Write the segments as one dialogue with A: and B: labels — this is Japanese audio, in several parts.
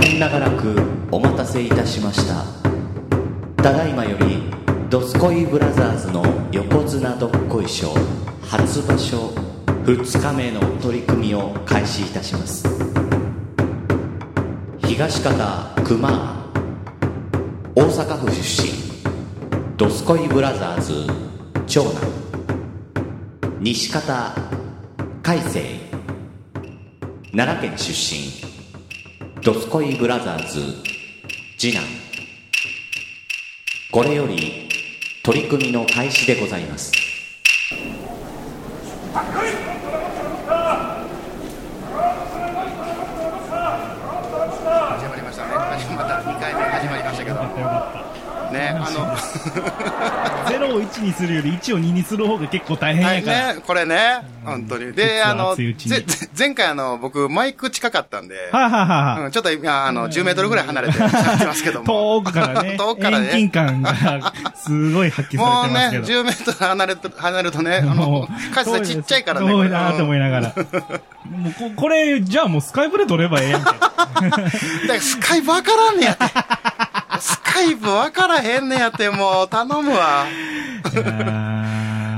A: 変長らくお待たせいたしましたただいまより「どすこいブラザーズ」の横綱どっこい賞初場所2日目の取り組みを開始いたします東方熊大阪府出身どすこいブラザーズ長男西方海星奈良県出身ドスコイブラザーズ次男これより取り組みの開始でございます
B: 始まりましたね始まった2回目始まりましたけどねあの
C: 0を1にするより1を2にする方が結構大変
B: はい
C: やから。
B: ねこれね本当に
C: 実
B: で
C: は
B: あの
C: 熱いうちに
B: ぜぜ前回あの僕マイク近かったんで
C: はいはいはいは
B: うんちょっと今あの10メートルぐらい離れてやってますけど
C: い。
B: も。
C: 遠くからね
B: 遠くからね
C: 遠近感がすごい発揮
B: も
C: さ
B: う
C: れてます
B: ね
C: けど。
B: 10メートル離れる離れると ねあのカスちっちゃいからね
C: 遠い
B: こ
C: な
B: れ
C: と思いながら。もうここれ、じゃあもうスカイプで撮ればええやんけ。
B: だからスカイブわからんねやって スカイブわからへんねやってもう頼むわね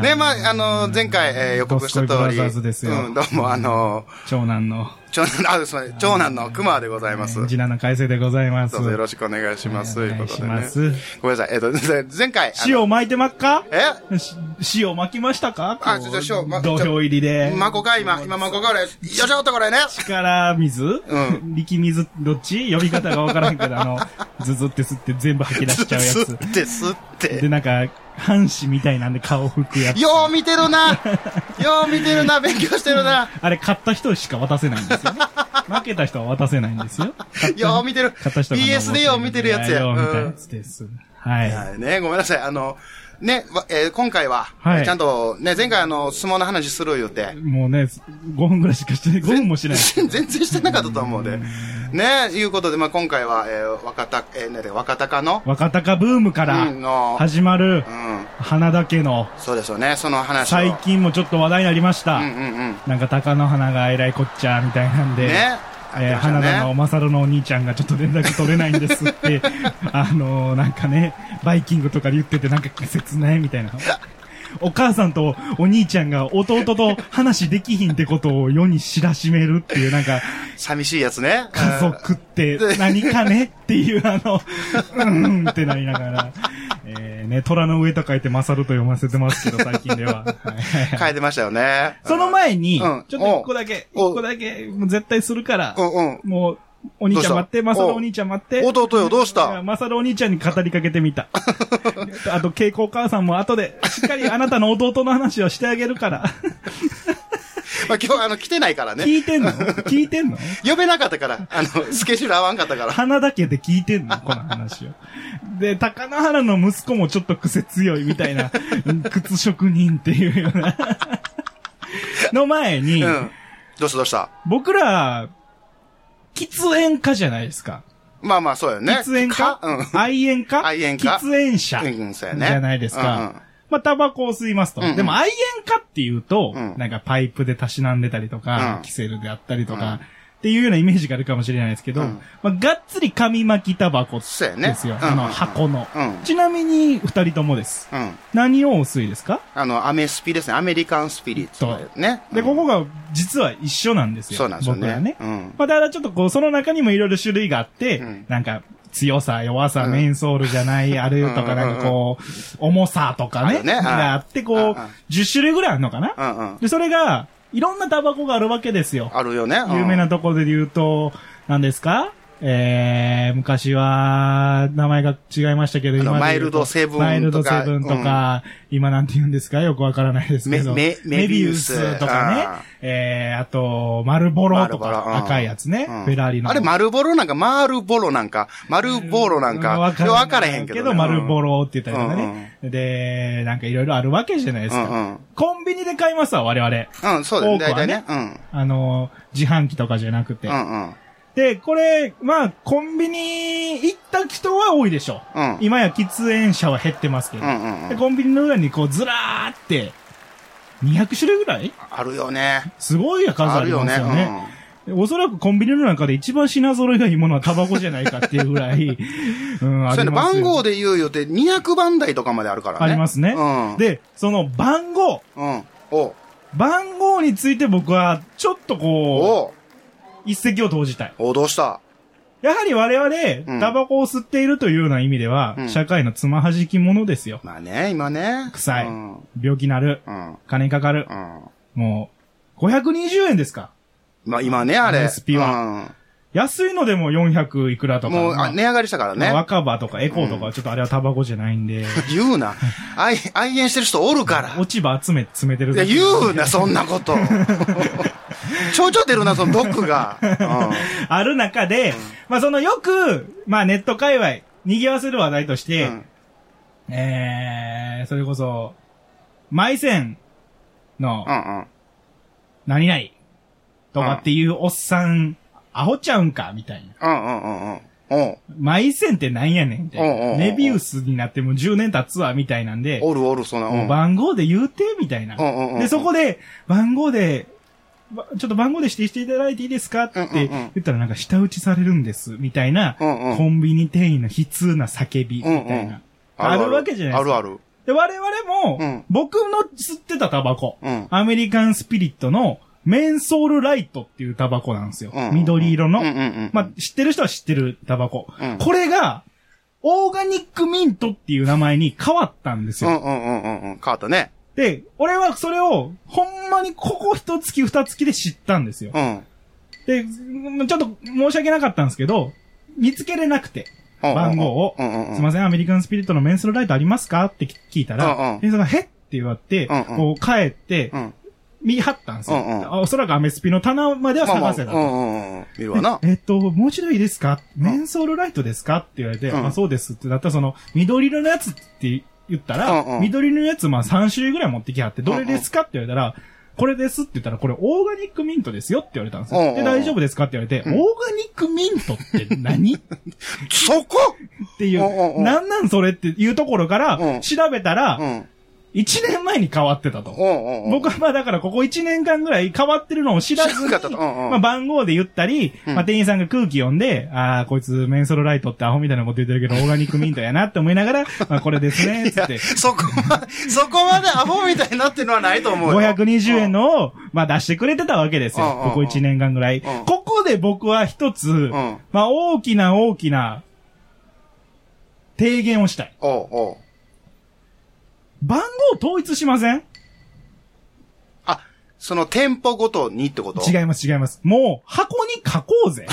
C: ね
B: まあ、あの、前回、えー予告した通り。
C: ドスコイブラザーズですよ
B: うん、どうも、あの、
C: 長男の
B: 長男、あ、すみません、長男の熊でございます。
C: 次男の改正でございます。
B: どうぞよろしくお願いします。と
C: お
B: いう
C: 願
B: こ
C: い
B: と
C: し
B: で
C: ま
B: ね。
C: す。
B: ごめんなさい、えっ、と、前回、あの
C: 塩巻いてまっか
B: え
C: し塩巻きましたか
B: あ
C: こう
B: ちょっと塩ま
C: 土俵入りで。
B: マコか、今、今マコか、俺、よいしょっとこれね。
C: 力水、
B: う
C: 力水どっち呼び方がわからんけど、あの、ズズって吸って全部吐き出しちゃうや
B: 吸
C: つ
B: っ。て、吸って
C: で、。なんか、半紙みたいなんで顔拭くやつ。
B: よう見てるなよう見てるな勉強してるな
C: あれ、買った人しか渡せないんですよね。負けた人は渡せないんですよ。買った
B: よう見てる
C: 買った人が
B: BS でよう見てるやつや
C: よう見た
B: う
C: や
B: ん
C: つです。はい。
B: はいね、ごめんなさい。あの、ね、わえー今回は、
C: はい
B: ちゃんと、ね、前回あの、相撲の話する言うて、
C: もうね、5分ぐらいしかして、5分もしない。
B: 全然してなかったと思うで。ねいうことで、まあ、今回は、えー若田、えー、なんだっけ若隆の、
C: 若鷹ブームか
B: うんの
C: ら始まる
B: うん、
C: 花だけの
B: そうですよね、その話を。
C: 最近もちょっと話題になりました。
B: うんうんうん。
C: なんか鷹の花がえらいこっちゃみたいなんで、
B: ね。
C: えー
B: あり
C: 花
B: ましたね
C: 田のマサルのお兄ちゃんがちょっと連絡取れないんで すって、あのー、なんかね、バイキングとかで言っててなんか切ないみたいな。お母さんとお兄ちゃんが弟と話できひんってことを世に知らしめるっていうな んか、
B: 寂しいやつね。
C: 家族って何かねっていうあの、うんってなりながら、えーね、虎の上と書いてマサルと読ませてますけど、最近では。 はい
B: うん変えてましたよね。
C: その前に、ち
B: う
C: ょ
B: ん
C: っと一個だけ、一
B: お
C: 個だけ、もう絶対するから
B: う、んうん。
C: もう、お兄ちゃん待って、
B: どう
C: マ
B: した
C: サルお兄ちゃん待って。
B: 弟よ、どうし
C: いや
B: た
C: マサルお兄ちゃんに語りかけ てみた。あと、稽古お母さんも後で、しっかりあなたの弟の話をしてあげるから。
B: まあ、今日、あの、来てないからね。
C: 聞いてんの聞いてんの
B: 呼べなかったから、 あの、スケジュール合わんかったから。
C: 花だけで聞いてんのこの話を。で、高野原の息子もちょっと癖強いみたいな、靴職人っていうような。の前に、
B: うん。どうしたどうした
C: 僕ら、喫煙家じゃないですか。
B: まあまあ、そうよね。
C: 喫煙家
B: かうん。
C: 愛煙家
B: 愛煙家
C: 喫煙者
B: うんうんそうやね
C: じゃないです
B: うんうん
C: か。まあ、タバコを吸いますと。
B: うんうん
C: でも、愛煙家っていうと、
B: うん
C: なんかパイプでたしなんでたりとか、
B: うん
C: キセルであったりとか、っていうようなイメージがあるかもしれないですけど、
B: うん
C: まあ、がっつり紙巻きタバコで
B: そ
C: す
B: うや
C: よ。
B: ねうんうん
C: あの、箱の。
B: うん
C: ちなみに、二人ともです。
B: うん。
C: 何をお吸いですか
B: あの、アメスピですね。アメリカンスピリッツ。ね。
C: で、ここが、実は一緒なんですよ。
B: そうなんですよね
C: 僕らね。
B: うん
C: まあ、だからちょっとこう、その中にもいろいろ種類があって、
B: ん
C: なんか、強さ、弱さ、メンソールじゃない、あれと
B: うんうんうん
C: か、なんかこう、重さとか
B: あ
C: ね、
B: るねうん
C: があって、こう、
B: うんうん
C: 10種類ぐらいあるのか
B: う
C: な、
B: んうん。
C: で、それが、いろんなタバコがあるわけですよ。
B: あるよね。うん
C: 有名なところで言うと、何ですかえー、昔は、名前が違いましたけど、
B: あの
C: 今で言うと
B: マイルドセブンとか
C: マイルドセブンとか、今なんて言うんですかよくわからないですけど。
B: メメメビウス
C: メビウとか
B: あ
C: ね。えー、あと、マルボロと
B: マルボロうん
C: か、赤いやつね。
B: うん
C: フェラーリの。
B: あれ、マルボロなんか、マールボロなんか、マルボロなんか、
C: わ
B: 分
C: ら
B: からへんけど、ね。
C: マルボ
B: ロ。
C: ロって言ったりとかね。で、なんかいろいろあるわけじゃないですか。
B: うんうん
C: コンビニで買いますわ、我々。
B: うん、そうだね。
C: 多く
B: 大
C: は
B: 体
C: ね
B: ね。うん。
C: あの、自販機とかじゃなくて。
B: うんうん。
C: で、これ、まあ、コンビニ行った人は多いでしょ
B: うん
C: 今や喫煙者は減ってますけど。
B: うんうんうん
C: でコンビニの裏にこう、ずらーって、200種類ぐらい
B: あるよね。
C: すごい数ありますよね。
B: あるよね
C: おそらくコンビニの中で一番品揃えがいいものはタバコじゃないかっていうぐ らい、うん、あ
B: そうや
C: り
B: ね、
C: ます
B: 番
C: よ
B: 号で言うよって200番台とかまであるからね。
C: ありますね。
B: うん。、
C: で、その番号、
B: うん。おう
C: 番号について僕は、ちょっとこ
B: おう
C: う、一石を投じたい。
B: おうどうした
C: やはり我
B: うん
C: 々、タバコを吸っているというような意味では、
B: うん
C: 社会のつまはじきものですよ。
B: まあね、今ね。
C: 臭い
B: うん。うん。
C: 病気なる。
B: うん。
C: 金かかる。もう、520円ですか。
B: まあ今ね、あれ。
C: SP は安いのでも400いくら
B: う
C: と
B: ん。
C: か。
B: もう、
C: まあ
B: あ値上がりしたからね。
C: 若葉とかエコーとかはちょっとあれはタバコじゃないんで、
B: 言うな。愛、愛煙してる人おるから。
C: 落ち葉集め、詰めてる
B: いや、言うな、そんな こと。ちょいちょい出るな、その毒が。 う
C: ある中で、まあそのよく、まあネット界隈、賑わせる話題とし
B: ん。
C: て、
B: うん
C: えー、それこそ、マイセンの
B: う、んうん。
C: 何々、とかっていうおっさん、アホちゃうんか、みたいな。
B: うんうんうんうん。うん。
C: マイセンってなんやねん、みた
B: うんうんうんう
C: いな。
B: ん
C: メビウスになってもう10年経つわ、みたいなんで、
B: おるおる、そんな。う。
C: もうん番号で言うて、みたいな。
B: うんうんうん
C: で、そこで、番号で、ばちょっと番号で指定していただいていいですかって
B: うんうんうん
C: 言ったらなんか舌打ちされるんです、みたいな、
B: うんうん
C: コンビニ店員の悲痛な叫び、みたいな。
B: うんうん
C: あるわけじゃないですか。
B: あるある。
C: で、我々も、
B: うん
C: 僕の吸ってたタバコ、
B: うん
C: アメリカンスピリットのメンソールライトっていうタバコなんですよ。
B: うんうん
C: 緑色の。
B: うんうんうん
C: まあ、知ってる人は知ってるタバコ。
B: うん
C: これが、オーガニックミントっていう名前に変わったんです
B: う
C: よ。
B: んうんうんうんうん。変わったね。
C: で、俺はそれを、ほんまにここ一月二月で知ったんですよ
B: う。ん。
C: で、うんちょっと申し訳なかったんですけど、見つけれなくて。番号を、
B: うんうんうん。
C: すいません、アメリカンスピリットのメンソールライトありますかって聞いたら、
B: うんうん
C: 店員さんが、へっって言われて、
B: うんうん
C: こう帰って、
B: うん。
C: 見張ったんですよ、
B: うんうん
C: あおそらくアメスピの棚までは
B: まあまあ、
C: 探
B: うん
C: せた
B: う
C: と。
B: んうん。見るわ な。
C: えっと、もう一度いいですかメンソールライトですかって言われて、
B: うん
C: あ、そうですってなったら、その、緑色のやつって言ったら、
B: うんうん
C: 緑のやつ、まあ3種類ぐらい持ってきはって、どれですかって言われたら、これですって言ったら、これオーガニックミントですよって言われたんですよ。
B: うんうんうん
C: で、大丈夫ですかって言われて、オーガニックミントって何っ
B: そこ
C: てい
B: うんうんう
C: う、
B: ん
C: なんなんそれっていうところか
B: う
C: ら、
B: ん
C: 調べた
B: う
C: ら、
B: ん。
C: 1年前に変わってた
B: う
C: と。
B: んうんうん。
C: 僕はまあだからここ1年間ぐらい変わってるのを知らず
B: 知
C: に、
B: らなかったとうんうん
C: まあ番号で言ったり、
B: うん
C: まあ店員さんが空気読んで、ああ、こいつメンソロライトってアホみたいなこと言ってるけど、オーガニックミントやなって思いな がら、まあこれですね、
B: い
C: つっ
B: や
C: て。、
B: そこま で、そこまでアホみたいになってるのはないと思うよ。
C: 520円のを、まあ出してくれてたわけですよ。
B: うんうんうん
C: ここ1年間ぐらい。
B: ん
C: ここで僕は一つ、
B: ん
C: まあ大きな大きな、提言をしたい。
B: おうおう。
C: 番号統一しません
B: あ、その店舗ごとにってこと
C: 違います、違います。もう、箱に書こ うぜ。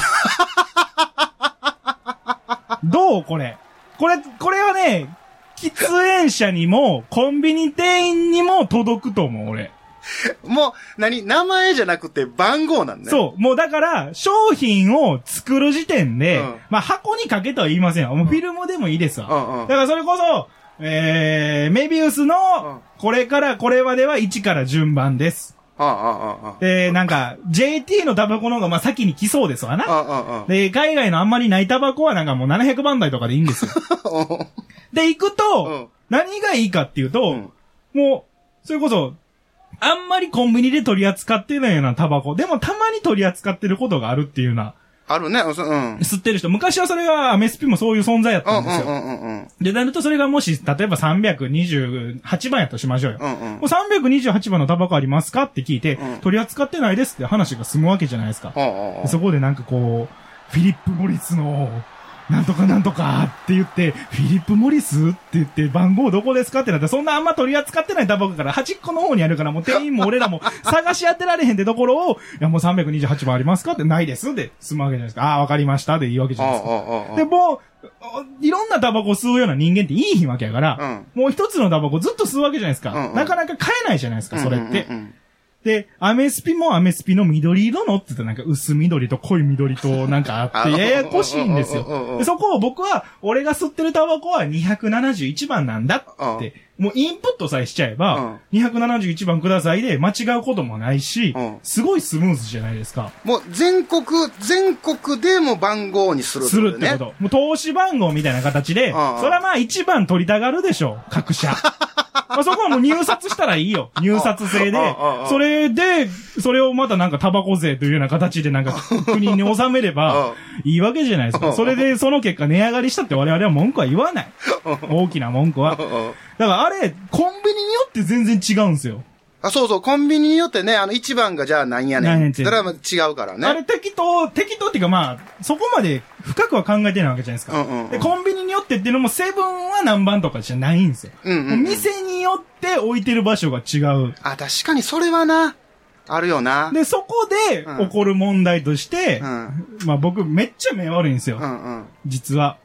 C: どうこれ。これ、これはね、喫煙者にも、コンビニ店員にも届くと思う、俺。
B: もう、何名前じゃなくて番号なんね。う。
C: そう。もうだから、商品を作る時点で、
B: うん
C: まあ箱にかけとは言いませんよ。もうフィルムでもいいですわ。
B: うんうん
C: だからそれこそ、えー、メビウス
B: うん
C: の、これからこれまでは1から順番です。
B: うんうんうんうん。
C: で、なんか、JT のタバコの方がまあ先に来そうですわな。
B: うんうんうん。
C: で、海外のあんまりないタバコはなんかもう700番台とかでいいんで すよ。で、行くと、
B: うん
C: 何がいいかっていうと、
B: うん
C: もう、それこそ、あんまりコンビニで取り扱ってないようなタバコ、でもたまに取り扱ってることがあるっていうような、
B: あるね。うん。うん
C: 吸ってる人、昔はそれがアメスピもそういう存在やっ
B: う
C: たん
B: ん
C: で
B: う
C: す
B: ん
C: よ。
B: うんうん。
C: で、なるとそれがもし、例えば328番やとしましょうよ。
B: うんうん
C: もう328番のタバコありますかって聞いて、
B: うん
C: 取り扱ってないですって話が済むわけじゃないですか。
B: うんうんうん
C: でそこでなんかこう、フィリップ・モリスの、なんとかなんとかって言って、フィリップ・モリスって言って、番号どこですかってなったら、そんなあんま取り扱ってないタバコから端っこの方にあるから、もう店員も俺ら も探し当てられへんってところを、いやもう328番ありますかってないですで済むわけじゃないですか。ああー、わかりましたでいいわけじゃないですか。
B: うんうんうんうん
C: で、もう、おいろんなタバコ吸うような人間っていいひんわけやから、もう一つのタバコずっと吸うわけじゃないですか。
B: うんうん
C: なかなか買えないじゃないですか、それって。
B: うんうんうん
C: で、アメスピもアメスピの緑色のって言ったらなんか薄緑と濃い緑となんかあっ
B: あ
C: て、ややこしいんです
B: うんうんうんう
C: よ。
B: ん
C: でそこを僕は、俺が吸ってるタバコは271番なんだって、もうインプットさえしちゃえば、271番くださいで間違うこともないし
B: うん、
C: すごいスムーズじゃないですか。
B: もう全国、全国でも番号にする
C: するってこと。もう投資番号みたいな形で、
B: うんうん
C: それはまあ一番取りたがるでしょう、各社。まあ、そこはもう入札したらいいよ。入札制で
B: ああああ。
C: それで、それをまたなんかタバコ税というような形でなんか国に納めればいいわけじゃないです
B: あ
C: か。
B: あ
C: それでその結果値上がりしたって我々は文句は言わない。大きな文句は。だからあれ、コンビニによって全然違うんですよ。
B: あ、そうそう、コンビニによってね、あの、一番がじゃあ何や
C: 何
B: ね
C: やねん
B: ん。
C: って
B: それはまあ違うから
C: あ
B: ね
C: れ。適当、適当っていうかまあ、そこまで深くは考えてないわけじゃないです
B: う
C: か。
B: んうんうん
C: で、コンビニによってっていうのもセブンは何番とかじゃないんですよ。
B: うんうんうん
C: 店によって置いてる場所が違う。
B: あ、確かにそれはな、あるよな。
C: で、そこで
B: うん
C: 起こる問題として、
B: うん
C: まあ僕めっちゃ目悪いんですよ。
B: うん
C: 実は。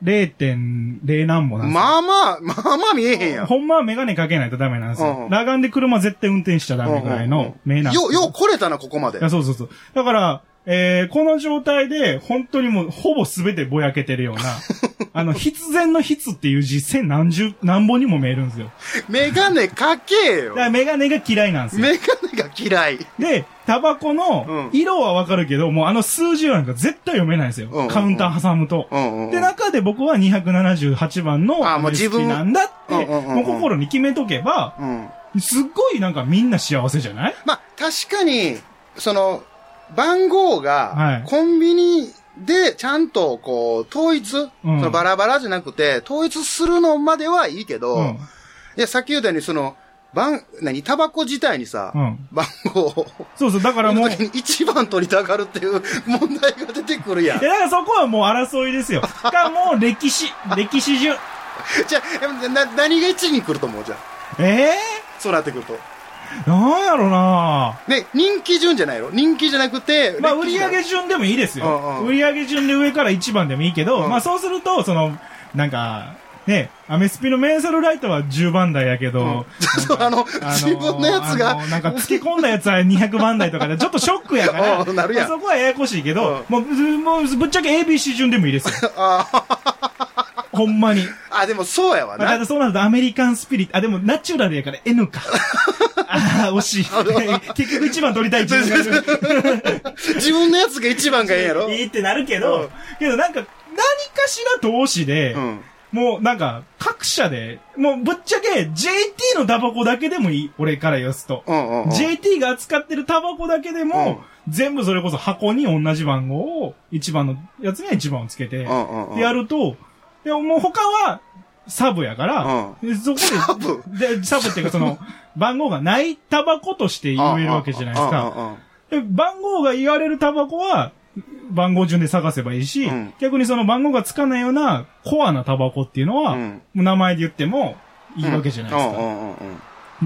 C: 0.0何も
B: う
C: なん
B: ん。
C: ですよ
B: まあまあ、まあまあ見えへんやん。
C: ほんまはメガネかけないとダメなんです
B: うんう
C: よ。
B: ん
C: 裸眼で車絶対運転しちゃダメぐらいの目なんです
B: よ、よう来れたな、ここまで。
C: いや、そうそうそう。だから、えー、この状態で、本当にもう、ほぼ全てぼやけてるよう な、あの、必然の必っていう字、千何十、何本にも見えるんですよ。
B: メガネかけ
C: だ
B: よ
C: か。ら、メガネが嫌いなんですよ。
B: メガネが嫌い。
C: で、タバコの
B: うん
C: 色はわかるけど、もうあの数字なんか絶対読めないんですよ。
B: うんうんうん
C: カウンター挟むと。
B: うんうんうん
C: で、中で僕は278番の、
B: あもう自分
C: なんだって、
B: うんうんうんうん
C: もう心に決めとけば、
B: うん。
C: すっごいなんかみんな幸せじゃない
B: まあ、確かに、その、番号
C: は
B: が
C: い、
B: コンビニでちゃんと、こう、統一、
C: うん
B: そのバラバラじゃなくて、統一するのまではいいけど、
C: うん
B: いや、さっき言ったように、その、番、何、タバコ自体にさ、
C: うん
B: 番号を、
C: そうそう、だからもう
B: の、時に一番取りたがるっていう問題が出てくるやん
C: い。や、だからそこはもう争いですよ。が、もう歴史、歴史中。
B: じゃあでもな、何が1位に来ると思うじゃん。
C: ええ
B: そうなってくると。
C: ー、なんやろな
B: ね、人気順じゃないの人気じゃなくて、
C: まあ、売
B: 歴史だ
C: 上順でもいいですよ。
B: うんうん
C: 売上順で上から1番でもいいけど、
B: うん
C: まあそうすると、その、なんか、ね、アメスピのメンソルライトは10番台やけど、
B: そう、あの、自分のやつ
C: あの
B: が、
C: な んか付け込んだやつは200番台とかで、ちょっとショックやか
B: お
C: ら、
B: うなるやん
C: まあそこはややこしいけど、もう、もう、ぶっちゃけ ABC 順でもいいですよ。 ほんまに。
B: あ、でもそうやわ
C: まあ、た
B: な。
C: だそうなるとアメリカンスピリット。あ、でもナチュラルやから N か。ああ、惜しい。 結局一番取りたい一番取りた
B: 自分のやつが一番がええんやろ
C: い。いいってなるけ
B: うん
C: ど、けどなんか、何かしら投資で、
B: うん。
C: もうなんか、各社で、もうぶっちゃけ JT のタバコだけでもいい。俺から言わすと。
B: うんうんうん。
C: JT が扱ってるタバコだけでも、全部それこそ箱に同じ番号を、一番のやつには一番をつけて、
B: うんうんうん
C: でやると、でももう他は、サブやから、でそこで、
B: サブ
C: で、サブっていうかそ の、番号がないタバコとして言えるわけじゃないです
B: うんう
C: か。
B: んうんうん
C: で番号が言われるタバコは、番号順で探せばいいし、
B: うん
C: 逆にその番号がつかないようなコアなタバコっていうのは、
B: うん
C: もう名前で言ってもいいわけじゃないです
B: う
C: か。
B: んうんうんうん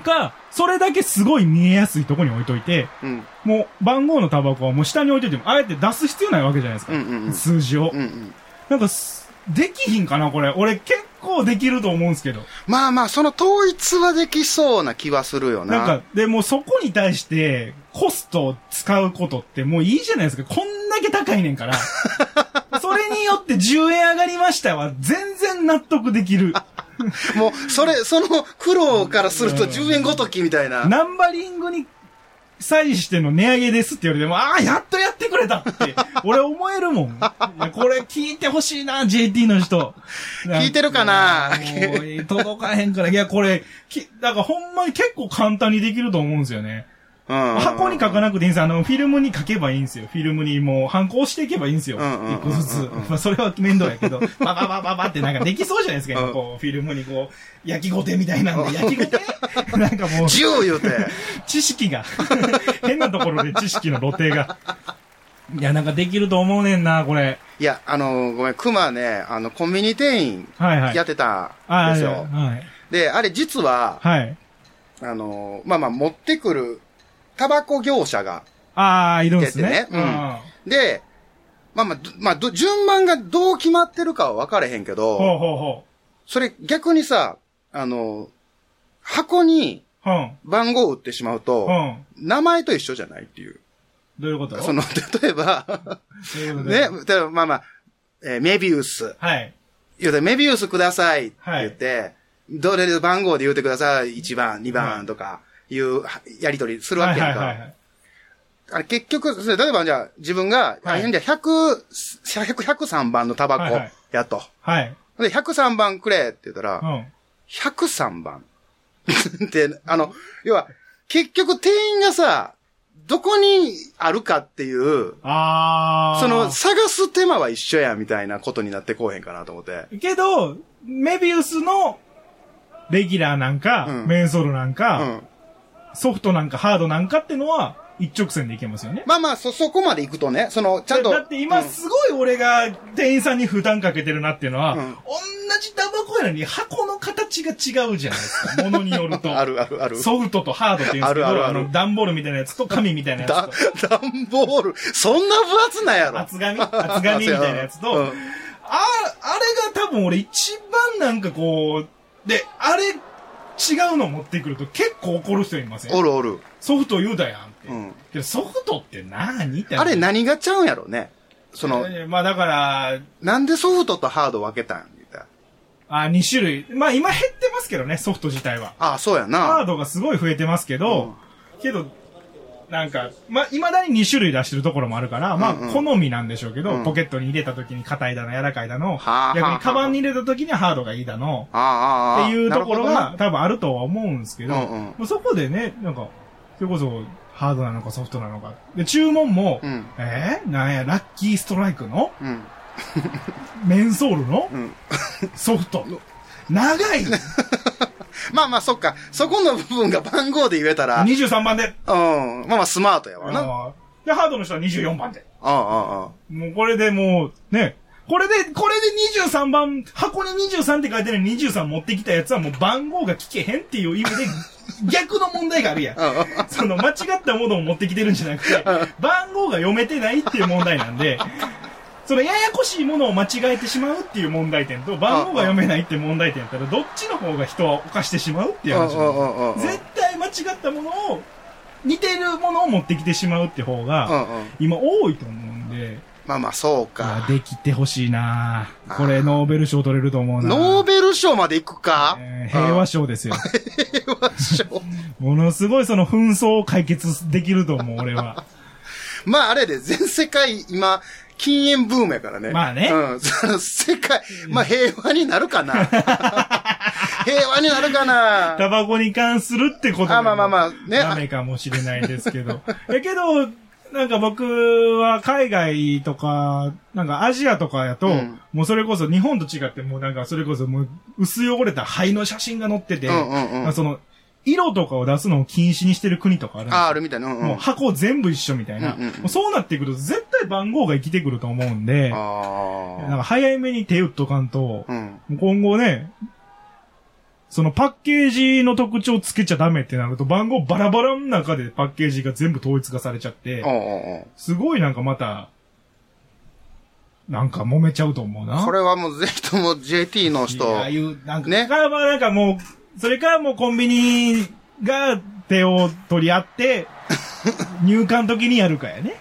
C: が、それだけすごい見えやすいとこに置いといて、
B: うん
C: もう番号のタバコはもう下に置いといても、あえて出す必要ないわけじゃないですか。
B: うんうんうん
C: 数字を。
B: うんうん
C: なんかす、できひんかな、これ。俺結構できると思うんですけど。
B: まあまあ、その統一はできそうな気はするよな。
C: なんか、でもうそこに対して、コストを使うことってもういいじゃないですか。こんだけ高いね んから。それによって10円上がりましたは、全然納得できる。
B: もう、それ、その苦労からすると
C: うん
B: 10円ごときみたいな。
C: ナンバリングに際しての値上げですって言われても、ああ、やっとやってくれたって、俺思えるもん。いやこれ聞いてほしいな、JT の人。
B: 聞いてるかな
C: もう届かへんから。いや、これ、き、だからほんまに結構簡単にできると思うんですよね。
B: うん
C: 箱に書
B: な
C: かなくていいんですよ。あの、フィルムに書けばいいんですよ。フィルムにもう、反抗していけばいいんですよ。
B: うんうんうんうん
C: 一個ずつ。まあ、それは面倒やけど、バババババってなんかできそうじゃないですか。
B: うん
C: 今こう、フィルムにこう、焼きごてみたいなんで、焼きごて なんかもう。
B: 10言うて。
C: 知識が。 変なところで知識の露呈が。いや、なんかできると思うねんな、これ。
B: いや、あの、ごめん、熊ね、あの、コンビニ店員
C: はいはい。
B: やってたん
C: あ
B: ですよ。
C: はい。
B: で、あれ実は、
C: はい。
B: あの、まあまあ、持ってくる、タバコ業者が。
C: ああ、いるんすね。
B: 出てねうん
C: ん。
B: で、まあまあ、どまあ、ど順番がどう決まってるかは分かれへんけ
C: ほう
B: ど、
C: ほうほ
B: それ逆にさ、あの、箱に
C: う。うん。
B: 番号を打ってしまうと
C: う、ん。
B: 名前と一緒じゃないっていう。
C: どういうこと
B: その、例え ば、
C: どういうこと
B: ね、例えばまあまあ、えーメビウス。
C: はい。
B: 言うて、メビウスくださいって言って、どれで番号で言うてください。1番、2
C: は
B: 番とか、いうはやりとりするわ
C: はい
B: けや
C: は
B: ん
C: いはいは
B: か。
C: い。
B: あれ結局、それ例えばじゃあ自分が、
C: は
B: あ
C: い
B: じゃあ100、100、103番のタバ
C: はい
B: コ
C: はい
B: やと。
C: はい。
B: で、103番くれって言った
C: う
B: ら、
C: ん。
B: 103番。 で、あの、要は、結局店員がさ、どこにあるかっていう、
C: あー。
B: その、探す手間は一緒や、みたいなことになってこうへんかなと思って。
C: けど、メビウスの、レギュラーなんか、
B: うん
C: メンソールなん
B: う
C: か、
B: ん。
C: ソフトなんかハードなんかってのは、一直線でいけますよね。
B: まあまあ、そ、そこまで行くとね、その、ちゃんと。
C: だだって今
B: うん
C: すごい俺が店員さんに負担かけてるなっていうのは、
B: うん
C: 同じタバコやのに箱の形が違うじゃな いですか。ものによると。
B: あるあるある。
C: ソフトとハードって言うんですけど、
B: あるあるある
C: の、段ボールみたいなやつと紙みたいなや
B: だ
C: つと、、
B: 段ボール、そんな分厚なんやろ。
C: 厚紙厚紙みたいなやつと、
B: うん
C: あ、あれが多分俺一番なんかこう、で、あれ、違うの持ってくると結構怒る人いません
B: おるおる。
C: ソフト言うだやんって。
B: うん
C: けどソフトって何って。
B: あれ何がちゃうんやろね。その、
C: えーまあだから、
B: なんでソフトとハード分けたんみたいな。
C: あ、2種類。まあ今減ってますけどね、ソフト自体は。
B: ああ、そうや
C: ハー
B: な。
C: ドがすごい増えてますけど、けど、なんか、まあ、未だに2種類出してるところもあるから、まあ、
B: うんうん
C: 好みなんでしょうけど、
B: うん
C: ポケットに入れた時に硬いだの、柔らかいだの、
B: はあ
C: 逆
B: はあは
C: に
B: あ
C: カバンに入れた時にはハードがいいだの、
B: ああ、ああ、ああ
C: っていうとこ
B: な
C: ろ
B: る
C: が
B: ほどな
C: 多分あるとは思うんですけど、
B: うんうん
C: もうそこでね、なんか、それこそ、ハードなのかソフトなのか。で、注文も、
B: うん
C: えーなんや、ラッキーストライクの
B: うん。
C: メンソールの、
B: ん
C: ソフト。長い
B: まあまあ、そっか。そこの部分が番号で言えたら、うん。
C: !23 番で。
B: まあまあ、スマートやわな。うんうん
C: あーで、ハードの人は24番で。
B: うん。
C: もうこれでもう、ね、これで、これで23番、箱に23って書いてるのに23持ってきたやつはもう番号が聞けへんっていう意味で、逆の問題があるやん。その間違ったものを持ってきてるんじゃなくて、番号が読めてないっていう問題なんで、そのややこしいものを間違えてしまうっていう問題点と、番号が読めないっていう問題点やったら、どっちの方が人は犯してしまうっていう話なんですよ
B: うんうんうんうん
C: 絶対間違ったものを、似てるものを持ってきてしまうって方が、
B: うんうん。
C: 今多いと思うんで、
B: まあまあ、そう
C: いや
B: か。
C: できてほしいなこれ、ノーベル賞取れると思うな
B: ノーベル賞まで行くか、
C: えー平和賞ですよ。
B: 平和賞。
C: ものすごいその紛争を解決できると思う、俺は。
B: まああれで、全世界今、禁煙ブームやからね。
C: まあね
B: うん。 その世界、まあ平和になるかな。 平和になるかな。
C: タバコに関するってこと
B: あまあまあまあね
C: ダメかもしれないですけど。やけど、なんか僕は海外とか、なんかアジアとかやと、
B: うん
C: もうそれこそ日本と違ってもうなんかそれこそもう薄汚れた灰の写真が載ってて、
B: うんうんうん
C: その、色とかを出すのを禁止にしてる国とかあるんですよ
B: ああるみたいな。うんう。
C: もうん箱全部一緒みたいな。
B: うんうんうん
C: もうそうなってくると絶対番号が生きてくると思うんで、な
B: あ
C: んか早めに手打っとかんと、も
B: あ。うん。
C: う今後ね、そのパッケージの特徴つけちゃダメってなると番号バラバラの中でパッケージが全部統一化されちゃって
B: おう、おうおう
C: すごいなんかまた、なんか揉めちゃうと思うな。
B: これはもうぜひとも JT の人。
C: ああいう、なんか、
B: ね
C: だからまあなんかもう、それからもうコンビニが手を取り 合って、入館の時にやるかやね。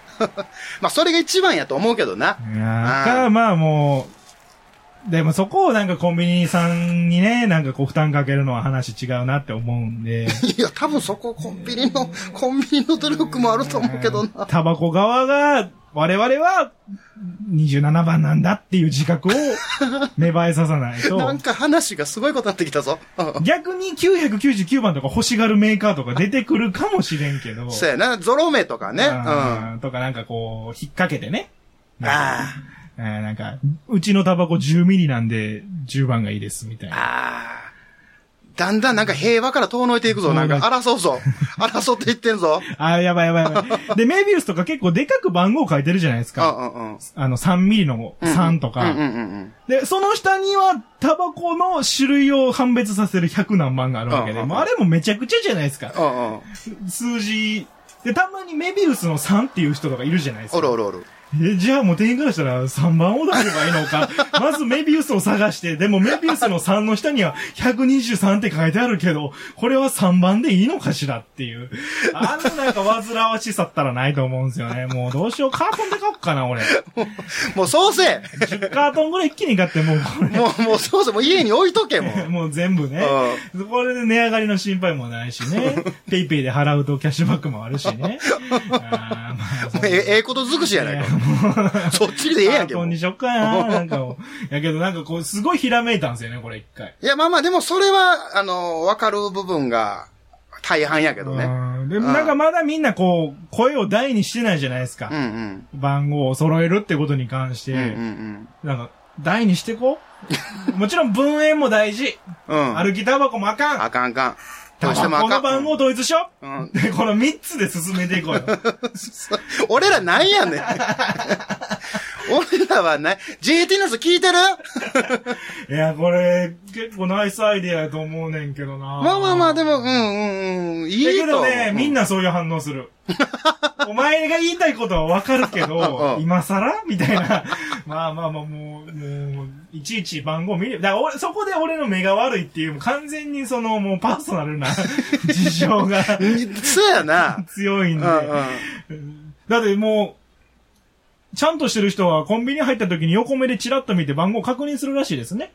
B: まあそれが一番やと思うけどな。
C: いやーか、まあもう、でもそこをなんかコンビニさんにね、なんかこう負担かけるのは話違うなって思う んで。
B: いや、多分そこコンビニの、コンビニの努力もあると思うけどな。
C: タバコ側が、我々は27番なんだっていう自覚を芽生えささない と。
B: なんか話がすごいことになってきたぞ。うん
C: 逆に999番とか欲しがるメーカーとか出てくるかもしれんけど。
B: そうやな、ゾロ目とかね。うん。あ
C: うんとかなんかこう、引っ掛けてね。
B: あ。
C: えーなんか、うちのタバコ10ミリなんで10番がいいですみたいな。
B: ああ。だんだんなんか平和から遠のいていくぞ。なんか争うぞ。争っていってんぞ。
C: あー、やばいやばいやばい。 で、メビウスとか結構でかく番号書いてるじゃないです
B: うん
C: か。
B: うんうん。
C: あの、3ミリの3と
B: うんう
C: か。
B: んうん
C: で、その下には、タバコの種類を判別させる100何番があるわけ
B: うんうん
C: で、
B: うん
C: もうあれもめちゃくちゃじゃないです
B: う
C: か。
B: ん。うんうん。
C: 数字。で、たまにメビウスの3っていう人とかいるじゃないです
B: おる
C: か。
B: おるおる。
C: え、じゃあもう店員からしたら3番を出せばいいのか。まずメビウスを探して、でもメビウスの3の下には123って書いてあるけど、これは3番でいいのかしらっていう。あのなんか煩わしさったらないと思うんですよね。もうどうしよう。カートンで買おうかな、俺。
B: もうそうせえ
C: 10カートンぐらい一気に買って、もうこ
B: もう、もうそうせえもう家に置いとけ、も
C: れ、
B: う。
C: もう全部ね。これで値上がりの心配もないしね。ペイペイで払うとキャッシュバックもあるしね。あーまあ
B: もうええええこと尽くしやないか。そっちでええやんけ。も
C: カート
B: う
C: ンに
B: い
C: しよっかな、なんかも う。やけどなんかこう、すごいひらめいたんですよね、これ一回。
B: や、まあまあ、でもそれは、あの、わかる部分が大半やけどね。
C: うんでもなんかまだみんなこう、声を大にしてないじゃないですか。
B: うんうん。
C: 番号を揃えるってことに関して、
B: うんうん
C: なんか、大にしてこ うもちろん分煙も大事。
B: うん。うん。
C: 歩きタバコもあかん。
B: あかんあかん。ど
C: タ
B: うしても
C: バ
B: あ
C: コ
B: か
C: の
B: ん。
C: 番号統一しよう、
B: うん
C: で、この3つで進めて いこうよ。
B: 俺らなんや ねん。俺らはない。GT の人聞いてる
C: いや、これ、結構ナイスアイディアやと思うねんけどな。
B: まあまあまあ、でも、
C: も。
B: うんうんうん。いい
C: だ
B: と。
C: けどね、みん
B: な。
C: なそういう反応する。お前が言いたいことはわかるけど
B: う、ん
C: 今更みたいな。まあまあまあ、もう、もう、いちいち番号見れ、だから俺、そこで俺の目が悪いっていう、完全にその、もうパーソナルな事情が
B: そうや な。
C: 強い
B: うんん
C: で。
B: うん。
C: だってもう、ちゃんとしてる人はコンビニ入った時に横目でチラッと見て番号確認するらしいですね。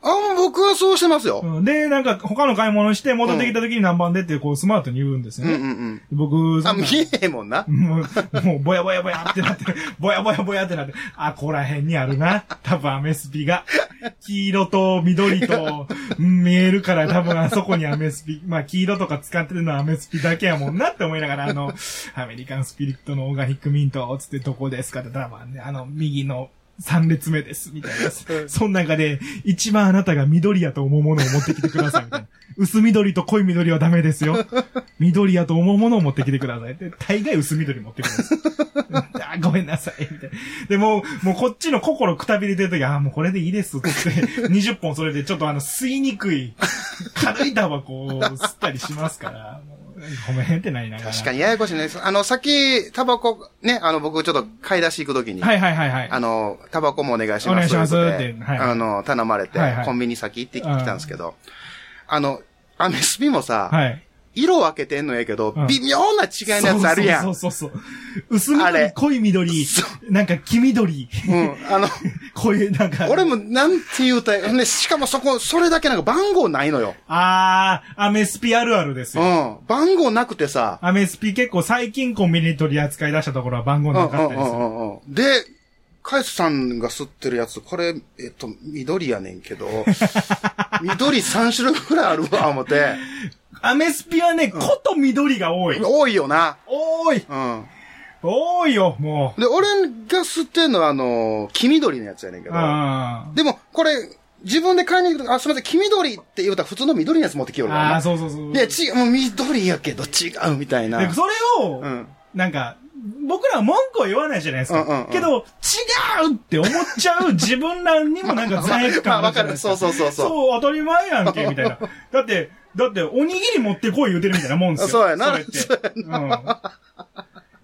B: あ、もう僕はそうしてますよ。
C: うんで、なんか他の買い物して戻ってきた時に何番でってこうスマートに言うんです
B: う
C: よ
B: んう
C: ね。
B: んう
C: 僕、
B: ん。あ、
C: そん
B: 見
C: な
B: えへんもんな。
C: もう、もう、ぼやぼやぼやってなってる。ぼやぼやぼやってなってる。あ、ここら辺にあるな。多分アメスピが。黄色と緑と、うん見えるから多分あそこにアメスピ、まあ黄色とか使ってるのはアメスピだけやもんなって思いながら、あの、アメリカンスピリットのオーガニックミント、つってどこですかって、多分ね、あの、右の、三列目です、みたい な。その中で、一番あなたが緑やと思うものを持ってきてください、みたいな。薄緑と濃い緑はダメですよ。緑やと思うものを持ってきてください。で、大概薄緑持ってくるんです。 あごめんなさい、みたいな。で、もう、もうこっちの心くたびれてるとき、ああ、もうこれでいいです、つって、20本それでちょっとあの、吸いにくい、軽いタバコを吸ったりしますから、もうごめんってなりながら。
B: 確かにややこしいね。あの、さっき、タバコ、ね、あの、僕ちょっと買い出し行くときに。
C: はいはいはいはい。
B: あの、タバコもお願いします。
C: お願いします
B: ということで
C: ってはい
B: あの、頼まれて、
C: はいはい
B: コンビニ先行ってきたんですけど、あの、アメスピもさ、
C: はい。
B: 色分けてんのやけど、
C: うん
B: 微妙な違いのやつあるやん。
C: そううそうそうそうそう。薄
B: あ
C: 緑
B: れ、
C: 濃い緑
B: そ、
C: なんか黄緑、
B: ん。あの、
C: こういう、なんか。
B: 俺もなんて言うたら、ね、しかもそこ、それだけなんか番号ないのよ。
C: あー、アメスピあるあるです
B: う
C: よ。
B: ん。番号なくてさ、
C: アメスピ結構最近コンビニ取り扱い出したところは番号
B: うん
C: な
B: う
C: か
B: ん
C: った
B: う
C: ですよ。
B: んうん。で、カイスさんが吸ってるやつ、これ、えっと、緑やねんけ ど、緑3種類ぐらいあるわ、思って。
C: アメスピはね、濃と緑が多い。
B: 多いよな。
C: 多い
B: うん。
C: 多いよ、もう。
B: で、俺が吸ってんのは、あの、黄緑のやつやねんけど。
C: あ
B: でも、これ、自分で買いに行くと、あ、すみません、黄緑って言うたら普通の緑のやつ持ってきよるから
C: あ
B: な
C: ー、そうそうそう。
B: いや、
C: で、
B: 違う、もう緑やけど違うみたいな。
C: それを、
B: うん
C: なんか、僕らは文句を言わないじゃないですか。
B: うんうんうん
C: けど、違うって思っちゃう自分らにもなんか罪悪感あるじゃないです
B: まあわかるそうそうそうそう
C: そう、当たり前やんけ、みたい な。だって、だって、おにぎり持ってこい言うてるみたいなもんですよ。
B: そうやな
C: れって。うん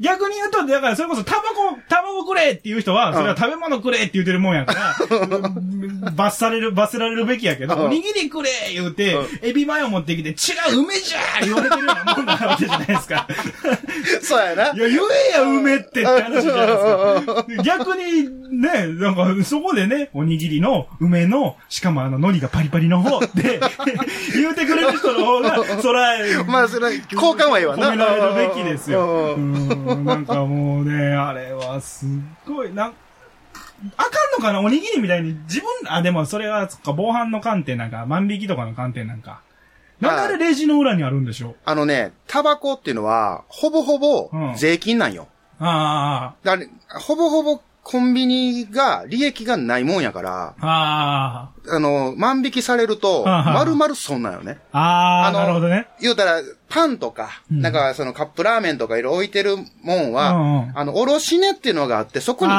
C: 逆に言うと、だからそれこそタバコ、タバコくれっていう人は、それは食べ物くれって言ってるもんやから、 罰される、罰せられるべきやけど、
B: うん
C: おにぎりくれ言うて
B: うん、
C: エビマヨ持ってきて、違う、梅じゃー言われてるようなもんなわけじゃないですか。
B: そうやな。
C: いや、言えや、梅ってって話じゃないですか。逆に、ね、なんか、そこでね、おにぎりの、梅の、しかもあの、海苔がパリパリの方で、 言うてくれる人の方が、そら、
B: まあ、それ、交換はいいわな。
C: 褒められるべきです
B: う
C: よ。うんん、なんかもうね、あれはすっごい、なん、あかんのかなおにぎりみたいに自分、あ、でもそれは、そっか、防犯の観点なんか、万引きとかの観点なんか。なんであれレジの裏にあるんでしょう
B: あのね、タバコっていうのは、ほぼほぼ
C: うん
B: 税金なんよ。
C: あ
B: だからほぼほぼコンビニが利益がないもんやから、
C: あ、あ
B: あの、万引きされると、
C: はあはあ
B: まるまる損なんよね。
C: あ、ああ、
B: の
C: なるほどね。
B: 言うたら、パンとか、
C: うん
B: なんかそのカップラーメンとかいろいろ置いてるもんは、
C: うんうん
B: あの、おろしねっていうのがあって、そこに乗っ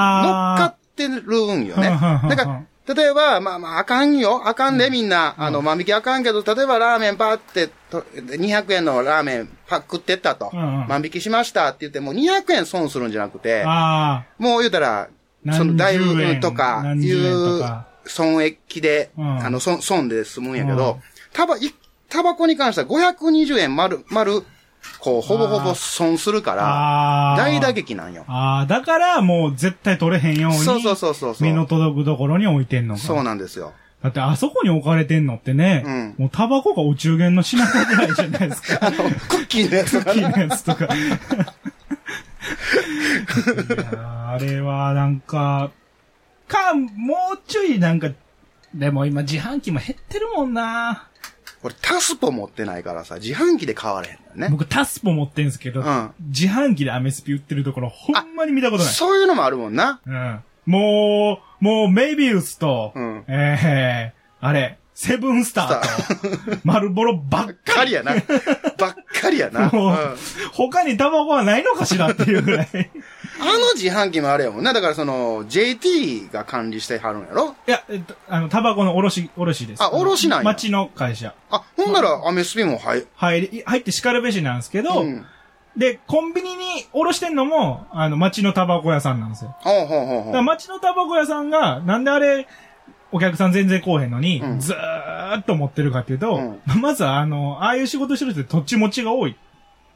B: かってるんよね。
C: あー
B: だから、例えば、まあまあ、あかんよ。あかんで、みんな。あの、万引きあかんけど、例えばラーメンパーってと、200円のラーメンパックってったと。
C: うんうん
B: 万引きしましたって言って、もう200円損するんじゃなくて、
C: あ
B: もう言うたら、その、大
C: 何十円
B: 分とか、
C: 何
B: い
C: 十円と
B: う
C: か、
B: 損益で、
C: うん
B: あの、損、損で済むんやけ
C: う
B: ど
C: ん、
B: タバ、いタバコに関しては520円丸、丸、こう、ほぼほ
C: あー
B: ぼ損するから、
C: あ。ああ。
B: 大打。撃なんよ。
C: ああ、だからもう絶対取れへんように。
B: そうそうそうそうそう
C: 目の届くところに置いてんのか。
B: そうなんですよ。
C: だってあそこに置かれてんのってね、
B: うん
C: もうタバコがお中元の品ぐら いじゃないですか。
B: あの、クッキーのやつ
C: ク
B: と
C: ッキ
B: か
C: ー
B: ね
C: のやつとか。いやーあれはなんか、か、もうちょいなんか、でも今自販機も減ってるもんな
B: これタスポ持ってないからさ、自販機で買われへんのよね。
C: 僕タスポ持ってんすけど、
B: うん
C: 自販機でアメスピ売ってるところほんまに見たことない。
B: そういうのもあるもんな。
C: うん。もう、もうメイビウスと、
B: うん
C: ええあれ、セブンスターと、マルボロばっ
B: ばっ
C: か
B: か
C: り。
B: りやな。ばっかりやな。うん
C: もう、
B: あ
C: 他に卵はないのかしらっていうぐ らい。
B: の自販機もあれやもんな。だからその、JT が管理してはるんやろ
C: いや、えっと、あの、タバコの卸、卸です。
B: あ卸なんや
C: 町の会社。
B: あ、ほんならアメスピも入
C: 入り、入って叱るべしなんですけど、
B: うん。
C: で、コンビニに卸してんのも、あの、町のタバコ屋さんなんですよ。
B: ほうほうほう
C: だ
B: ほ
C: から
B: う。
C: 町のタバコ屋さんが、なんであれ、お客さん全然来おへんのに、
B: うん
C: ずーっと持ってるかっていうと、
B: う
C: まずはあの、ああいう仕事してる人って土地持ちが多いっ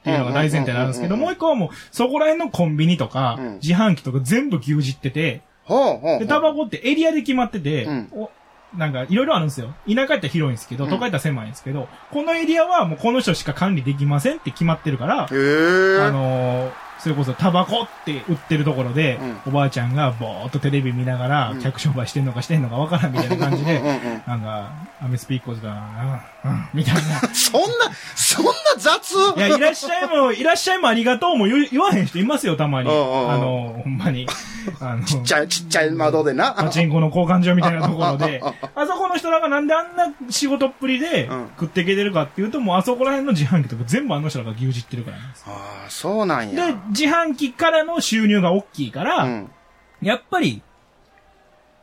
C: ていうのが大前提なんですけど、
B: うんうん
C: もう一個はもう、そこら辺のコンビニとか、
B: うん
C: 自販機とか全部牛耳ってて、
B: ほうほうほ
C: で、
B: う。
C: タバコってエリアで決まってて、
B: うん
C: おなんか、いろいろあるんですよ。田舎やったら広いんですけど、
B: うん
C: 都会やったら狭いんですけど、このエリアはもうこの人しか管理できませんって決まってるから、
B: へえ。
C: あのーそれこそタバコって売ってるところで、おばあちゃんがぼーっとテレビ見ながら、
B: うん
C: 客商売してんのかしてんのかわからんみたいな感じ
B: うんうんう
C: で、
B: ん
C: なんか、アメスピーコーズだな、うん、うん、みたいな。
B: そんな、そんな雑
C: いや、いらっしゃいも、いらっしゃいもありがとうも言う言わへん人いますよ、たまに。
B: う
C: あ
B: んうんうん
C: のーほんまに。あのー
B: ちっちゃい、ちっちゃい窓でな。
C: パチンコの交換所みたいなところ で、あそこの人らがなんであんな仕事っぷりで
B: うん
C: 食っていけてるかっていうと、もうあそこら辺の自販機とか全部あの人らが牛耳ってるからなんです。
B: ああ、そうなんや。
C: で、自販機からの収入が大きいから、
B: うん。
C: やっぱり、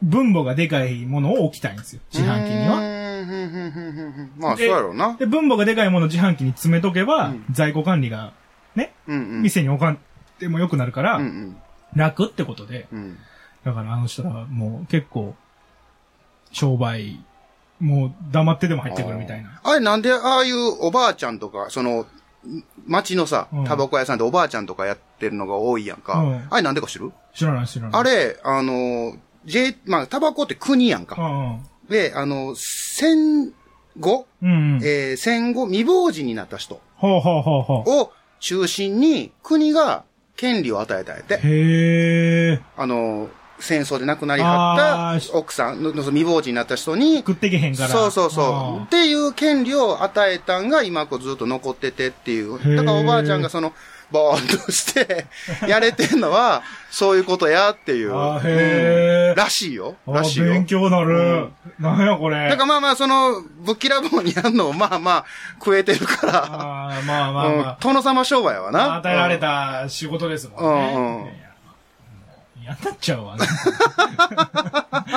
C: 分母がでかいものを置きたいんですよ、自販機には。
B: うんふんふんふんふんふんまあ、そ
C: で
B: うやろうな。
C: で、分母がでかいものを自販機に詰めとけ
B: う
C: ば、
B: ん
C: 在庫管理がね、
B: うんうん。
C: 店に置かんでも良くなるから、
B: うんうん。
C: 楽ってことで、
B: うん。
C: だからあの人らもう結構、商売、もう黙ってでも入ってくるみたいな。
B: あれ、なんでああいうおばあちゃんとか、その、ん町のさ
C: うん、
B: タバコ屋さんでおばあちゃんとかやってるのが多いやんか。
C: うん
B: あれなんでか知る
C: 知らない知らない。
B: あれ、あの、J、まあ、タバコって国やん
C: う
B: か。
C: んうん。
B: で、あの、戦後、
C: うんうん。
B: えー戦後未亡人になった人
C: ほうほうほうほう。
B: を中心に国が権利を与えたんやって。
C: へえ。
B: あの、戦争で亡くなりは
C: あ
B: った
C: ー
B: 奥さんの、のその未亡人になった人に、
C: 食ってけへんから。
B: そうそうそう。
C: あ
B: っていう権利を与えたんが今こうずっと残っててっていう。
C: ー
B: だからおばあちゃんがその、ぼーっとして やれてんのは、そういうことやっていう。
C: ー。あーへ
B: う
C: え
B: ん。らしいよ。
C: あ
B: らしいよ。
C: 勉強なる。なんやこれ。
B: だからまあまあ、その、ぶっきらぼうにやんのをまあまあ、食えてるか
C: ああ、まあま
B: ら、
C: あ
B: う
C: ま
B: ん
C: あ。
B: 殿様商売はな。
C: 与えられた仕事ですもんね。
B: うんうん
C: いや嫌になっちゃうわ。なんか
B: うん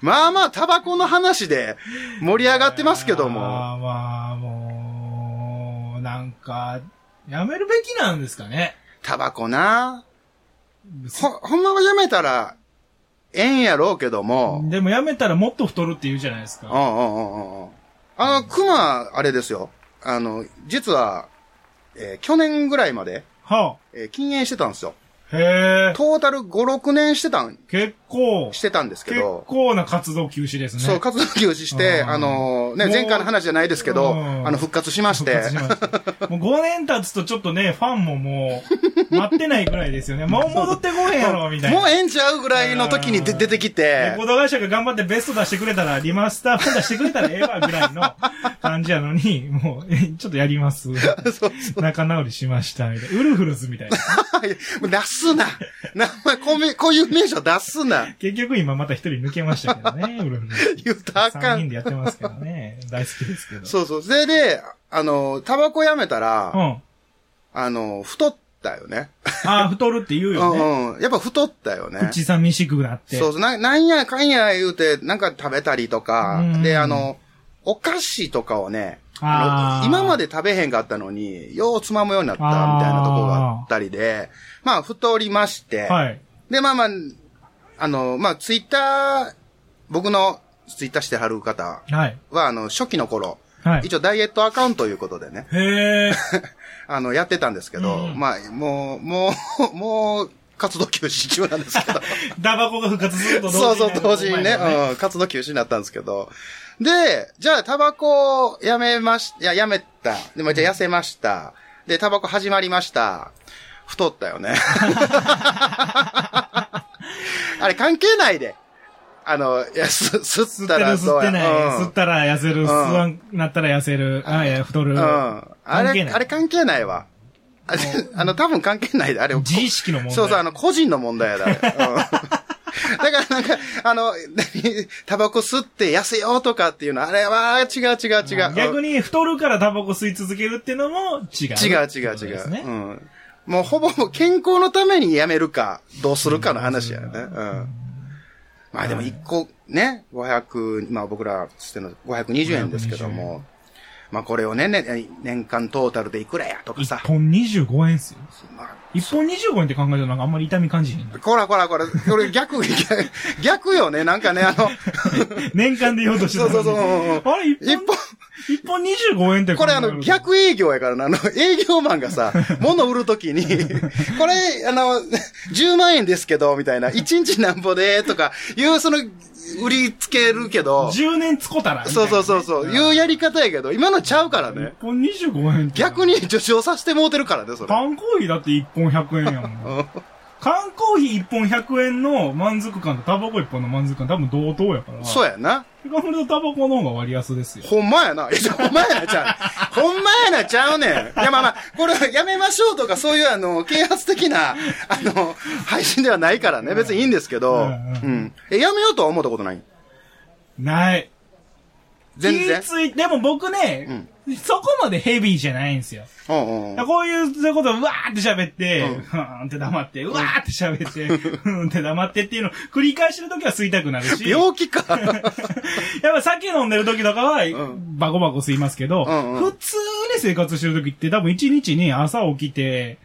B: まあまあ、タバコの話で盛り上がってますけども。
C: まあまあ、もう、なんか、やめるべきなんですかね。
B: タバコな。ほ、ほんまはやめたら、ええんやろうけども。
C: でもやめたらもっと太るって言うじゃないです
B: うん
C: か。
B: うんうんうんうん。あの、熊、あれですよ。あの、実は、えー去年ぐらいまで、
C: は
B: えー禁煙してたんですよ。
C: あ、へえ。
B: トータル5、6年してたん、
C: 結構
B: し、てたんですけ
C: 結
B: ど、
C: 構な活動休止ですね。
B: そう、活動休止して、
C: うん
B: あの、ね、
C: もう
B: 前回の話じゃないですけど、
C: うん
B: あの、復活しまし
C: 復
B: て
C: 活、しました もう5年経つとちょっとね、ファンももう、待ってないぐらいですよね。もう戻ってこへんやろ、みたいな。
B: もうええんちゃうぐらいの時にで
C: うん
B: 出てきて
C: レコ、ード会社が頑張ってベスト出してくれたら、リマスター版出してくれたらええわぐらいの感じやのに、 もう、えちょっとやります。
B: そう
C: 仲直りしました、みたいな。ウルフルズみたいな。
B: も う出すな。名前、こうめこういう名称出すな。
C: 結局今また一人抜けましたけど ね、ウルフルズ。
B: 言うたらあか
C: 3人
B: ん。
C: でやってますけどね。大好きですけど。
B: そうそう。それで、あの、タバコやめたら、
C: うん。あ
B: あの、太ったよね。
C: あー、太るって言うよね。
B: うんうん。やっぱ太ったよね。
C: 口寂しくなって。
B: そうそうな。なんやかんや言うて、なんか食べたりとか
C: うん、
B: で、あの、お菓子とかをね、あ
C: あー
B: の今まで食べへんかったのに、ようつまむようになったみたいなとこがあったりで、まあ、太りまして、
C: はい。
B: で、まあまあ、あの、まあ、ツイッター、僕のツイッターしてはる方
C: はい。
B: は、あの、初期の頃、
C: はい
B: 一。応ダイエットアカウントということでね、
C: へえ。
B: あの、やってたんですけど、
C: うん
B: まあ、もう、もう、 もう、活動休止中なんですけど。
C: ダバコが復活すると
B: そ
C: 同
B: う
C: 時
B: そ
C: に
B: う、同時にね、
C: お前ら
B: うん、活動休止になったんですけど。で、じゃあ、タバコをやめまし、いや、やめた。でも、じゃあ、痩せました。で、タバコ始まりました。太った よね。あれ関係ないで。あの、いや、す、す
C: 吸
B: っ
C: って
B: た
C: る、
B: ら
C: 吸
B: そう
C: って
B: や。
C: ない。
B: うん
C: 吸ったら痩せる。吸わんなったら痩せる。あ、いや、太る。
B: うん。あ
C: 関係
B: れ、
C: ない
B: あれ関係ないわ。あれ、あの、多分関係ないで、あれ。
C: 自意識の問題
B: そうそう、あの、個人の問題やだ、 あれ。うんだからなんか、あの、何タバコ吸って痩せようとかっていうのは、あれは違う違う違う。
C: 逆に太るからタバコ吸い続けるっていうのも違う。
B: 違う違う
C: とい
B: 違
C: ことです
B: う。
C: ね
B: うん。もうほぼ健康のためにやめるか、どうするかの話やよね。うん。まあでも一個ね、500、まあ僕ら捨てるの520円ですけども、まあこれをね、ね年間トータルでいくらやとかさ
C: 1。本25円っすよ。
B: まあ
C: 1本25円って考えたらなんかあんまり痛み感じへ んな。
B: こらこらこら、これ逆、逆よね、なんかね、あの、
C: 年間で言おうとしてたのに。
B: そうそうそううんうん
C: あれ、1
B: 一
C: 本
B: 本、、
C: 一本25円って考
B: これ
C: えたら
B: あの、逆営業やからな、あの、営業マンがさ、物売るときに、これ、あの、10万 円ですけど、みたいな、1日なんぼで、とか、いう、その、売りつけるけど、
C: 10年つこたら。
B: そうそうそう、そういうやり方やけど、今のちゃうからね
C: 1。本25円って。
B: 逆に助長させてもうてるからね、それ。
C: 缶コーヒーだって1本100円やもん。
B: うん
C: 缶コーヒー1本100円の満足感とタバコ1本の満足感多分同等やから。
B: そう
C: や。
B: やな。
C: ガムとタバコの方が割安ですよ。
B: ほんまやな。いや、ほんまやな、ちゃう。ほんまやな、ちゃうねん。いや、まあまあ、これはやめましょうとか、そういう、あの、啓発的な、あの、配信ではないからね。別にいいんですけど。
C: う
B: うんん。え、やめようとは思ったことない
C: ない。
B: 全然
C: 気。ついでも僕ね、そこまでヘビーじゃないんですよ。
B: うんうんうん。
C: こういう、そういうことをうわーって喋って、ふーんって黙って、うわーって喋って、ふーんって黙ってっていうのを繰り返してるときは吸いたくなるし、 やっ
B: 病気か。
C: ぱ酒飲んでるときとかは、バコバコ吸いますけど、
B: うんうん
C: 普通に生活してるときって多分1日に朝起きて、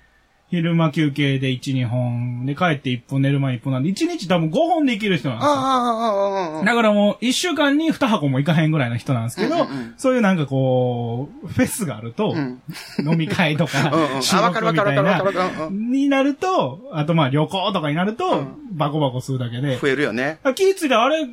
C: 昼間休憩で1、2本、で帰って1本寝る前1本なんで、1日多分5本できる人なんです
B: ああ、
C: よ。
B: ああ、ああ、ああ。
C: だからもう、一週間に二箱も行かへんぐらいの人なんですけど、そういうなんかこう、フェスがあると、飲み会とか
B: うんう、ん
C: 収
B: あわ
C: 録
B: かるわ
C: み
B: かる
C: たい
B: わ
C: な
B: かるわかるわかるう、
C: になると、あとまあ旅行とかになると、バコバコするだけで、
B: 増えるよね。
C: 気ぃついたら、あれ、あれ、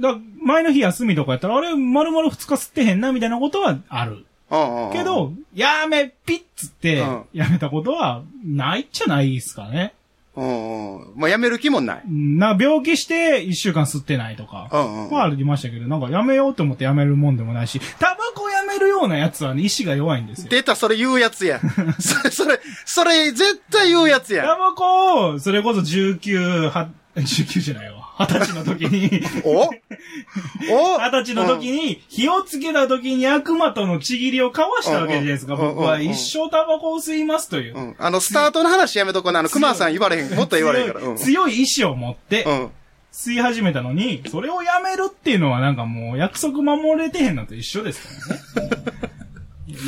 C: だ前の日休みとかやったら、あれ、丸々二日吸ってへんな、みたいなことはある。
B: うんうんうん。
C: け、ど、やめ、ピッつって
B: うん、
C: やめたことは、ないっちゃないですかね。
B: うんうん。もうやめる気もない。
C: うんな、病気して一週間吸ってないとか。
B: うんうんうん
C: まあありましたけど、なんかやめようと思ってやめるもんでもないし、タバコやめるようなやつはね、意志が弱いんですよ。
B: 出た、それ言うやつや。それ、それ、それ、絶対言うやつ
C: タ
B: や。
C: バコを、それこそ19、は、19じゃないわ。20歳の時に、
B: おお
C: 二十歳の時に、火をつけた時に悪魔とのちぎりを交わしたわけじゃないですか。
B: うんうん
C: 僕は
B: うんうん
C: 一生タバコを吸いますというう。
B: ん。あの、スタートの話やめとこな。あの、熊さん言われへん。もっと言われへんから。う
C: 強い
B: ん。
C: 強い意志を持って、
B: うん。
C: 吸い始めたのに、それをやめるっていうのはなんかもう約束守れてへんのと一緒ですからね。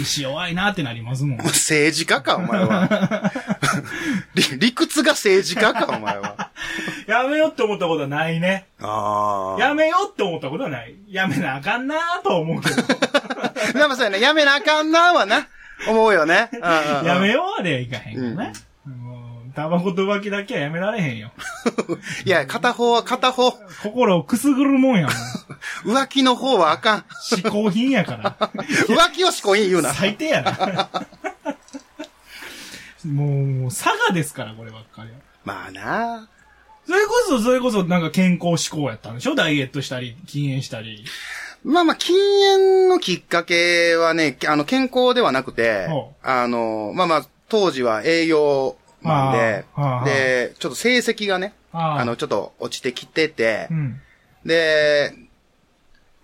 C: 意志弱いなってなりますもん。
B: 政治家か、お前は。 理理屈が政治家か、お前は。
C: やめようって思ったことはないね。
B: あ
C: やめようって思ったことはない。やめなあかんなあとは思うけど。
B: やめそうやね。やめなあかんなはな。思うよね。うんうんうん
C: やめようまではいかへんよね。もうタバコと浮気だけはやめられへんよ。
B: いや、片方は片方。
C: 心をくすぐるもんやもん。
B: 浮気の方はあかん。
C: 嗜好品 やから。
B: 浮気をしこいん言うな。
C: 最低 やな。もう、もう、佐賀ですから、こればっかりは。
B: まあな
C: それこそ、それこそ、なんか健康志向やったんでしょダイエットしたり、禁煙したり。
B: まあまあ、禁煙のきっかけはね、あの、健康ではなくて
C: ほ、
B: あの、まあまあ、当時は栄養マンで
C: あーはあ、
B: で、ちょっと成績がね、
C: あー
B: あの、ちょっと落ちてきてて、
C: うん。
B: で、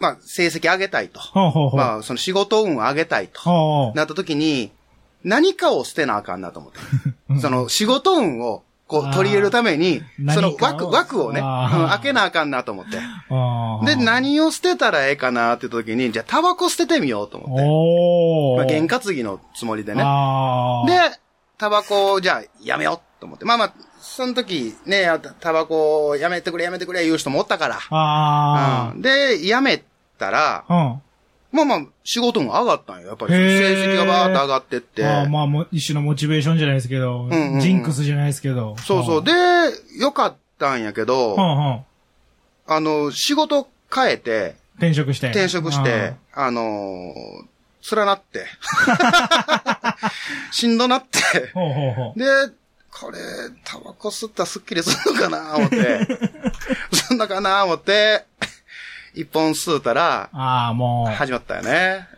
B: まあ、成績上げたいと。
C: ほうほうほう。
B: まあ、その仕事運を上げたいと。
C: ほう。
B: なった時に、何かを捨てなあかんなと 思って。その仕事運を、こ
C: あー
B: う、取り入れるために、その
C: 何かを
B: 枠、枠をね、うん
C: あー
B: 開けなあかんなと思って。
C: あー
B: で、何を捨てたらええかなって時に、じゃあタバコ捨ててみようと思って。
C: お
B: まあ、
C: ー。
B: 験担ぎのつもりでね。
C: あー
B: で、、タバコをじゃあやめようと思って。まあまあ、その時ね、あタバコをやめてくれやめてくれ言う人もおったから。
C: あ
B: うんで、やめたら、
C: ー。うん。
B: まあまあ、仕事も上がったんよ。やっぱり
C: へー
B: 成績がバーッと上がってって。
C: あーまあ、も一種のモチベーションじゃないですけど、
B: んうんうん
C: ジンクスじゃないですけど。
B: そうそう。
C: で、
B: で、よかったんやけど、
C: うんうん。
B: あの、仕事変えて、
C: 転職して。
B: 転職して、あのー連なって。しんどなって。
C: ほうほうほう。
B: で、これ、タバコ吸ったらスッキリするのかな思っ て。そんなかな思って、一本吸うたら、
C: ああ、もう。
B: 始まったよね。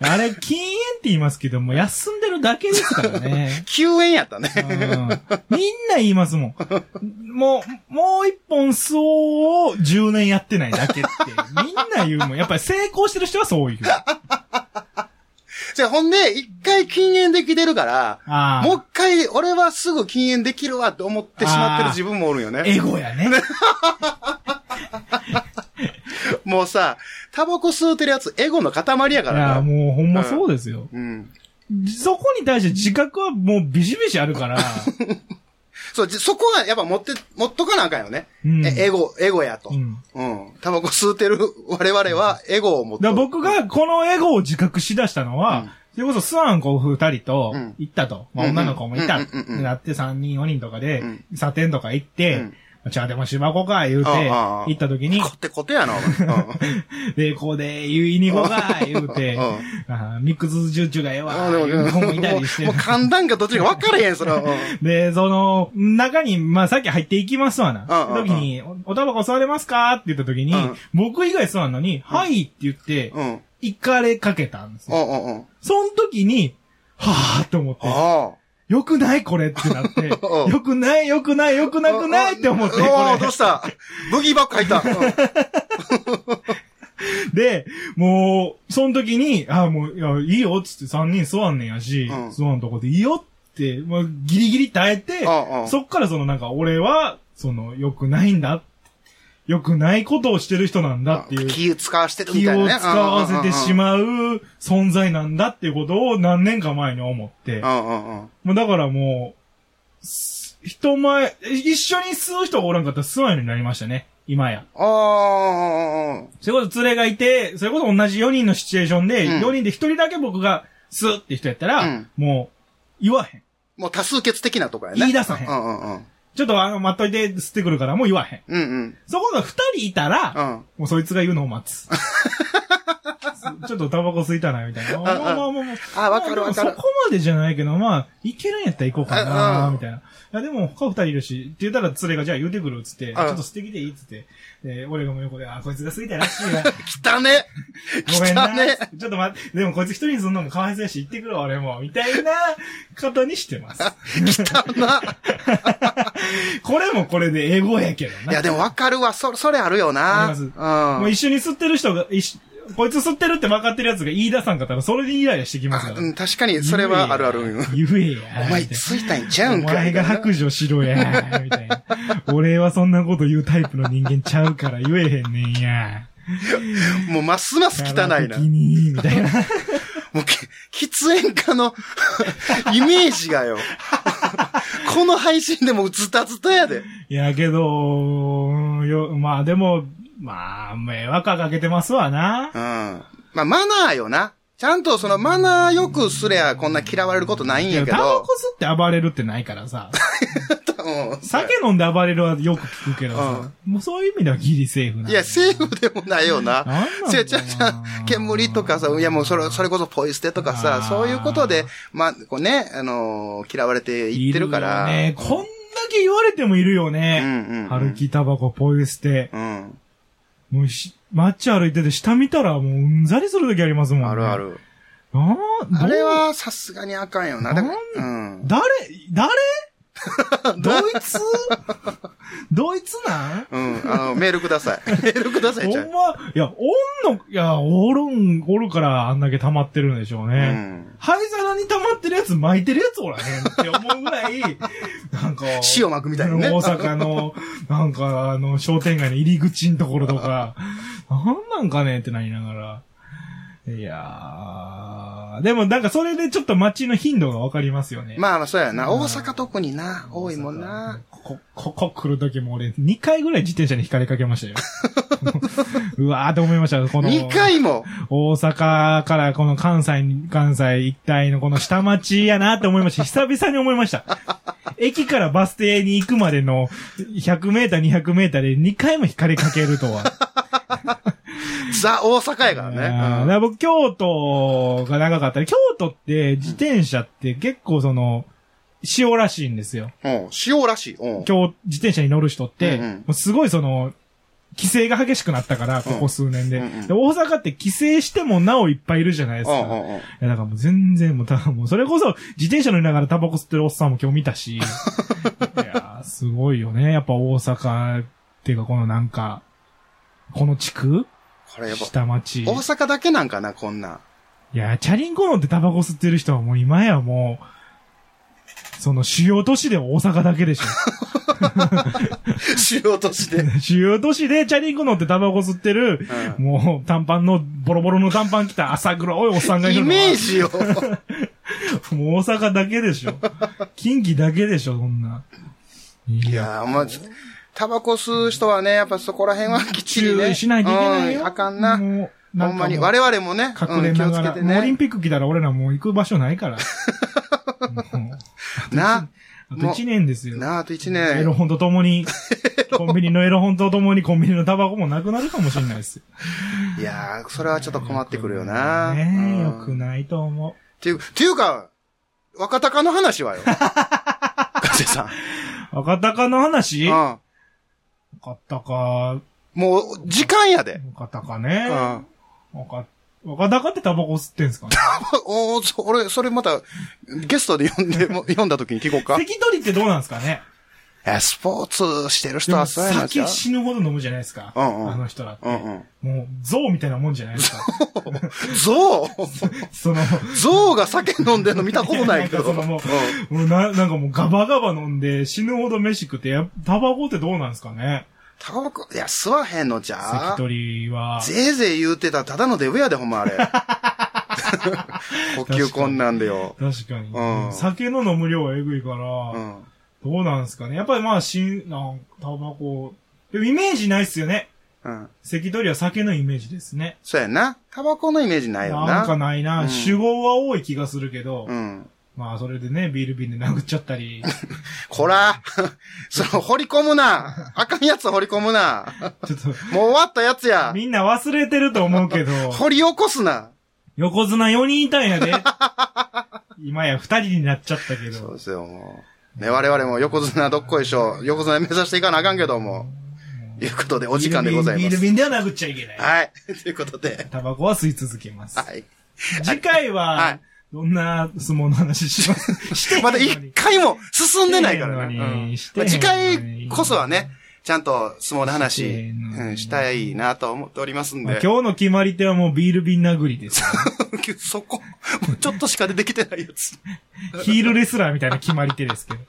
C: あれ、禁煙って言いますけども、休んでるだけですからね。
B: 救援やったね。
C: うん、みんな言いますもん。もう、もう一本そうを10年やってないだけって。みんな言うもん。やっぱり成功してる人はそう言う。
B: じゃあほんで、一回禁煙できてるから、
C: ああ。
B: もう一回、俺はすぐ禁煙できるわと思ってしまってる自分もおるんよね。
C: エゴやね。
B: もうさ、タバコ吸うてるやつ、エゴの塊やか
C: いや、
B: らな。
C: もうほんまそうですよ。
B: うん。
C: そこに対して自覚はもうビシビシあ るから。
B: そう、じそこはやっぱ持って、持っとかなあかんよね。
C: うん
B: えエゴ、エゴやと。
C: う。
B: うんん。タバコ吸うてる 我々は、エゴを持っ
C: だから
B: と
C: 僕がこのエゴを自覚しだしたのは、
B: うん
C: それこそスワン子二人と
B: うん
C: 行ったと。まあ
B: うんうん
C: 女の子もいた。
B: う
C: っ
B: んうんうんうん
C: てなって三人四人とかで
B: うん、
C: サテンとか行っ
B: う
C: て
B: ん、
C: じゃあでもしばこうか、言うて、
B: ああああ
C: 行った時に、
B: コテコテやな、お前。 うん
C: で、こうで、言いに行こうか、言うて
B: うん、
C: ああミックスジューチューがええ
B: あ
C: わ、
B: でも
C: いう子もいた
B: も
C: りし
B: う
C: て
B: もう。寒暖かどっちか分からへん、それ は。うん
C: で、その、中に、まあ、さっき入っていきますわな。
B: うんうんうん
C: 時に、おおタバコ吸われますかって言った時に、
B: うん
C: 僕以外吸わんのに、はいって言って、
B: うん。
C: 行かれかけたんです
B: う
C: よ。
B: んうんうん。
C: その時に、はぁーと思って、
B: ああ。
C: よくないこれってなって、
B: うん
C: よくないよくないよくなくないって思って、こ
B: おおどう
C: れ。
B: したブギーバック入った。うん
C: で、もう、その時に、ああ、もう、いや、いいよっつって3人座んねんやし、
B: うん
C: 座んとこでいいよって、まあ、ギリギリ耐えて、
B: うんうん
C: そっからそのなんか俺は、その、良くないんだ。良くないことをしてる人なんだっていう。
B: 気を使わしてるみ
C: 気
B: たいな
C: を
B: ね。
C: 使わせてしまう存在なんだっていうことを何年か前に思って。
B: うんうんうん。
C: もうだからもう、す人前、一緒に吸う人がおらんかったら吸わんようになりましたね。今や。
B: ああ、
C: それこそ連れがいて、それこそ同じ4人のシチュエーションで、
B: うん
C: 4人で1人だけ僕が吸うって人やったら、
B: うん
C: もう、言わへん。
B: もう多数決的なとこやね。
C: 言い出さへ
B: うんんうんうん。
C: ちょっとあの、待っといて吸ってくるからもう言わへん。
B: うんうん。
C: そこが2人いたら、
B: うん。
C: もうそいつが言うのを待つ。 ちょっとタバコ吸いたな、みたいな。まあまあまあまあ。
B: あわかるわかる
C: まあでもそこまでじゃないけど、まあ、いけるんやったら行こうか
B: う
C: な、
B: ん
C: みたいな。いや、でも他二人いるし、って言ったら連れがじゃあ言うてくるっつって、ちょっと捨てきていいっつって、で俺がもう横で、あ、こいつが過ぎたらし いわ。
B: 汚ね
C: ごめん
B: 汚
C: な
B: ね。
C: ちょっと待って、でもこいつ一人にすんのもかわいそうやし、行ってくるわ、俺も。みたいな方にして ます。
B: 汚な
C: これもこれでエゴやけど
B: い
C: な
B: や、。でもわかるわ。そ、それあるよ
C: あ
B: な。
C: ります
B: うん。
C: もう一緒に吸ってる人が、一緒こいつ吸ってるって分かってる奴が言い出さんかったら、それでイライラしてきます
B: あ
C: から。
B: うん、確かに、それはあるある。うん
C: 言えや。
B: お前、ついたんちゃう
C: お
B: んか。
C: 前が白状し ろや。みたいな。俺はそんなこと言うタイプの人間ちゃうから言えへんねんや。
B: もう、ますます汚いな。
C: 的に、みたいな。
B: もうけ、喫煙家の イメージがよ。 この配信でもうズタズタやで。
C: いや、けど、うんよ、まあでも、まあ、迷惑はかけてますわな
B: う。ん。まあ、マナーよな。ちゃんとそのマナーよくすりゃこんな嫌われることないんやけ
C: タバ
B: ど
C: コ。吸って暴れるってないからさ。
B: うん
C: 酒飲んで暴れるはよく聞くけどさ。もうそういう意味ではギリセーフなんだ
B: いや、セーフでもないよな。
C: なんなんだろうな
B: せやちゃうちゃう煙とかさ、いやもうそれ、それこそポイ捨てとか
C: あ
B: さ、
C: ー
B: そういうことで、まあ、こうね、あのー嫌われていってるから。
C: いよね。こんだけ言われてもいるよね。
B: うんうんうん
C: 歩きタバコポイ捨て。
B: うん。
C: もうし、街歩いてて下見たらもううんざりする時ありますもん、ね。
B: あるあ。る。
C: ああ、
B: あれ
C: どう、
B: はさすがにあかんよな。だからうん。
C: 誰、 誰ドイツドイツなん
B: うん。あの、メールくだ さい。メールください、ち
C: ほ。
B: ゃうん
C: ま、いや、おんの、いや、おるん、おるからあんだけ溜まってるんでしょう
B: う
C: ね。
B: ん。
C: 灰皿に溜まってるやつ巻いてるやつおらへんって思うぐらい、なんか。
B: 塩巻くみたいなね。
C: 大阪の、なんか、あの、商店街の入り口のところとか、なんなんかねってなりながら。いやー。でもなんかそれでちょっと街の頻度がわかりますよね。
B: まあまあ、そうやな。大阪特にな、多いもんな。
C: こ、ここ来るときも俺、2回ぐらい自転車に引かれかけましたよ。 うわーって思いました。この、
B: 2回も。
C: 大阪からこの関西に、関西一帯のこの下町やなって思いました。久々に思いました。駅からバス停に行くまでの100メーター、200メーターで2回も光りかけるとは。
B: ザ・大阪やから
C: あーだ
B: ね。
C: から僕、京都が長かったり、京都って自転車って結構その、塩らしいんですよ。
B: うん。うん塩らしい。うん。
C: 今日、自転車に乗る人って、
B: うんうん
C: もうすごいその、規制が激しくなったから、ここ数年で。
B: うんうん
C: で大阪って規制してもなおいっぱいいるじゃないです
B: う
C: か。
B: んう
C: い
B: んうん。
C: や、だからもう全然もう、たもうそれこそ自転車乗りながらタバコ吸ってるおっさんも今日見 たし。いやー、すごいよね。やっぱ大阪っていうかこのなんか、この地区
B: これやっぱ、
C: 下町。
B: 大阪だけなんかな、こん なん。
C: いや、チャリンコ乗ってタバコ吸ってる人はもう今やもう、その主要都市で大阪だけ でしょ。
B: しようとして。うん。
C: 主要都市でチャリンコ乗ってタバコ吸ってる、もう短パンの、ボロボロの短パン着た朝黒いおっさんがい
B: イ
C: るのは
B: メージを。
C: もう大阪だけでしょ。近畿だけでしょ、そんな。い
B: いやー、まあ、タバコ吸う人はね、やっぱそこら辺はきっちり
C: 注
B: ね。
C: 意しないといけない
B: うん
C: よ。
B: あかんな。
C: もう
B: ほんまに。
C: なんかもう
B: 我々もね、
C: 隠
B: う
C: れ
B: ん気
C: な
B: を
C: が
B: つ
C: ら、
B: けて
C: もうオリン
B: ね。
C: ピック来たら俺らもう行く場所な いから。もう
B: な、
C: あと一年ですよ。
B: なあと一
C: エロ
B: 年。
C: 本とと もに、コンビニのエロ本とともにコンビニのタバコもなくなるかもしれないですよ。
B: いやー、それはちょっと困ってくるよな。
C: ねえ、よ
B: う
C: く
B: んっ
C: ないと思
B: ていう、っていうか、若鷹の話 はよ。ガセさん。
C: う。赤鷹の話
B: うん。
C: 赤鷹、
B: もう、時間やで。
C: 赤鷹
B: う
C: ね。
B: ん。
C: 赤、赤鷹ってタバコ吸ってんすかね
B: おそ俺、それまた、ゲストで読んで、も読んだ時に聞こうか。
C: 関取ってどうなんですかね
B: え、スポーツしてる
C: で
B: 人
C: も
B: はそうやなちゃ
C: 酒
B: う。
C: 死ぬほど飲むじゃないですか。
B: うんうん
C: あの人らって。
B: うんうん。
C: もう、象みたいなもんじゃないで すか。
B: 象
C: その、
B: 象が酒飲んでるの見たことないけど。
C: いやなんかそのも
B: う
C: う
B: ん
C: もうな、なんかもうガバガバ飲んで死ぬほど飯食って、やタバコってどうなんですかね
B: タバコ、いや、吸わへんのじゃ
C: 関
B: う
C: 取は。
B: ぜいぜい言うてたらただのデブやで、ほんまあ れ。呼吸困難でよ。
C: 確かに。
B: うん
C: 酒の飲む量はえぐいから、
B: うん。
C: どうなんですかね。やっぱりまあ、しん、なん、タバコ。でもイメージないっすよね。
B: うん。
C: 関取は酒のイメージですね。
B: そうやな。タバコのイメージないよな。
C: んかないな。
B: うん
C: 酒豪は多い気がするけど、
B: うん。
C: まあ、それでね、ビール瓶で殴っちゃっ たり、
B: こら、 その、掘り込むな。あかんやつ掘り込むな。
C: ちょっと、
B: もう終わったやつや。
C: みんな忘れてると思 うけど、
B: 掘り起こすな。
C: 横綱4人いたん やで。今や2人になっちゃったけ
B: そう
C: ど、
B: ですよ、もう。ね、我々も横綱どっこいしょ。横綱目指していかなあかんけども。いうことで、お時間でござい
C: ビー
B: ま
C: ル
B: す。
C: 瓶ビール瓶では殴っちゃいけない。
B: はい。ということで。
C: タバコは吸い続けます。
B: はい。
C: 次回
B: は、
C: はいどんな相撲の話します してへんの
B: まだ
C: に
B: 一回も進んでないからね。
C: してへんのに
B: うん
C: してへ
B: まあ
C: んのに
B: 次回こそはね、ちゃんと相撲の
C: し
B: 話、
C: てへんのに
B: うんしたいなと思っておりますん
C: まあ
B: で。
C: 今日の決まり手はもうビール瓶殴りですよ。
B: そこ、もうちょっとしか出てきてないやつ。
C: ヒールレスラーみたいな決まり手ですけど。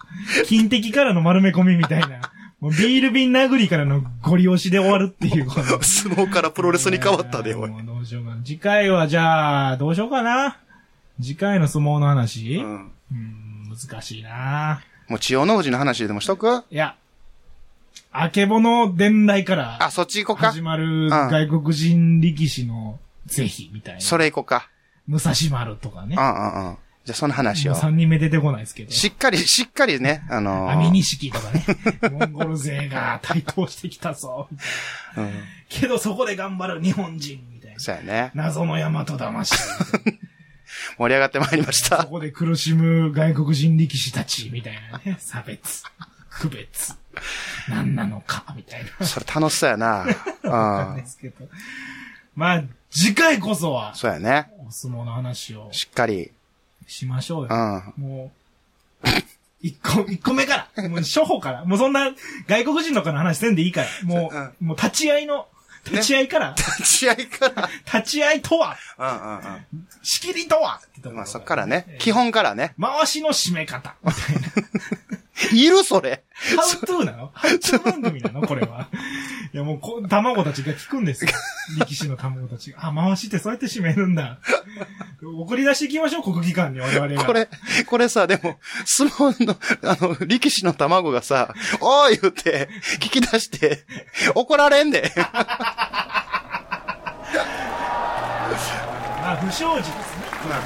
C: 金敵からの丸め込みみたいな。もうビール瓶殴りからのゴリ押しで終わるっていう。この
B: 相撲からプロレスに変わったで、おい。
C: もうどうしようかな。次回はじゃあ、どうしようかな。次回の相撲の話、
B: う
C: うん、
B: ん
C: 難しいな
B: もう千代の富士の話でもしとく
C: いや、あけぼの伝来から
B: あ、そっち行こうか
C: 始。まる外国人力士の是非みたいな。
B: それ行こうか。
C: 武蔵丸とかね
B: うん。うんうん。じゃあその話を。
C: 3人目出てこないですけど。
B: しっかり、しっかりね、あのー
C: 網錦とかね。モンゴル勢が台頭してきたぞ。みたい
B: うん。
C: なけどそこで頑張る日本人みたいな。
B: そうやね。
C: 謎の大和魂。
B: 盛り上がってまいりまし
C: そ
B: た。
C: こで苦しむ外国人力士たちみたいな ね。差別、区別、何なのか、みたいな。
B: それ楽しそうやな。
C: なん
B: う
C: で
B: ん。
C: すけど。まあ、次回こそは、
B: そうやね。
C: お相撲の話を
B: しっかり。
C: しましょう
B: う
C: よ。
B: ん。
C: もう、一個、一個目から、もう初歩から、もうそんな外国人の子の話せんでいいから、も
B: うん
C: う、もう立ち会いの、立ち会いから、
B: 試合から。
C: 立ち会いとは、
B: うんうん
C: 仕切りとはってと
B: うん。
C: ころ
B: まあそっからね。基本からね。
C: 回しの締め方、みたいな。
B: いるそれ。
C: ハウトゥーなのハウトゥー番組なのこれは。いやもうこ、卵たちが聞くんですよ。力士の卵たちが。あ、回しってそうやって締めるんだ。送り出していきましょう、国技館に我々が。
B: これ、これさ、でも、相撲の、あの、力士の卵がさ、おー言うて、聞き出して、怒られんで。
C: まあ、不祥事ですね。まあ、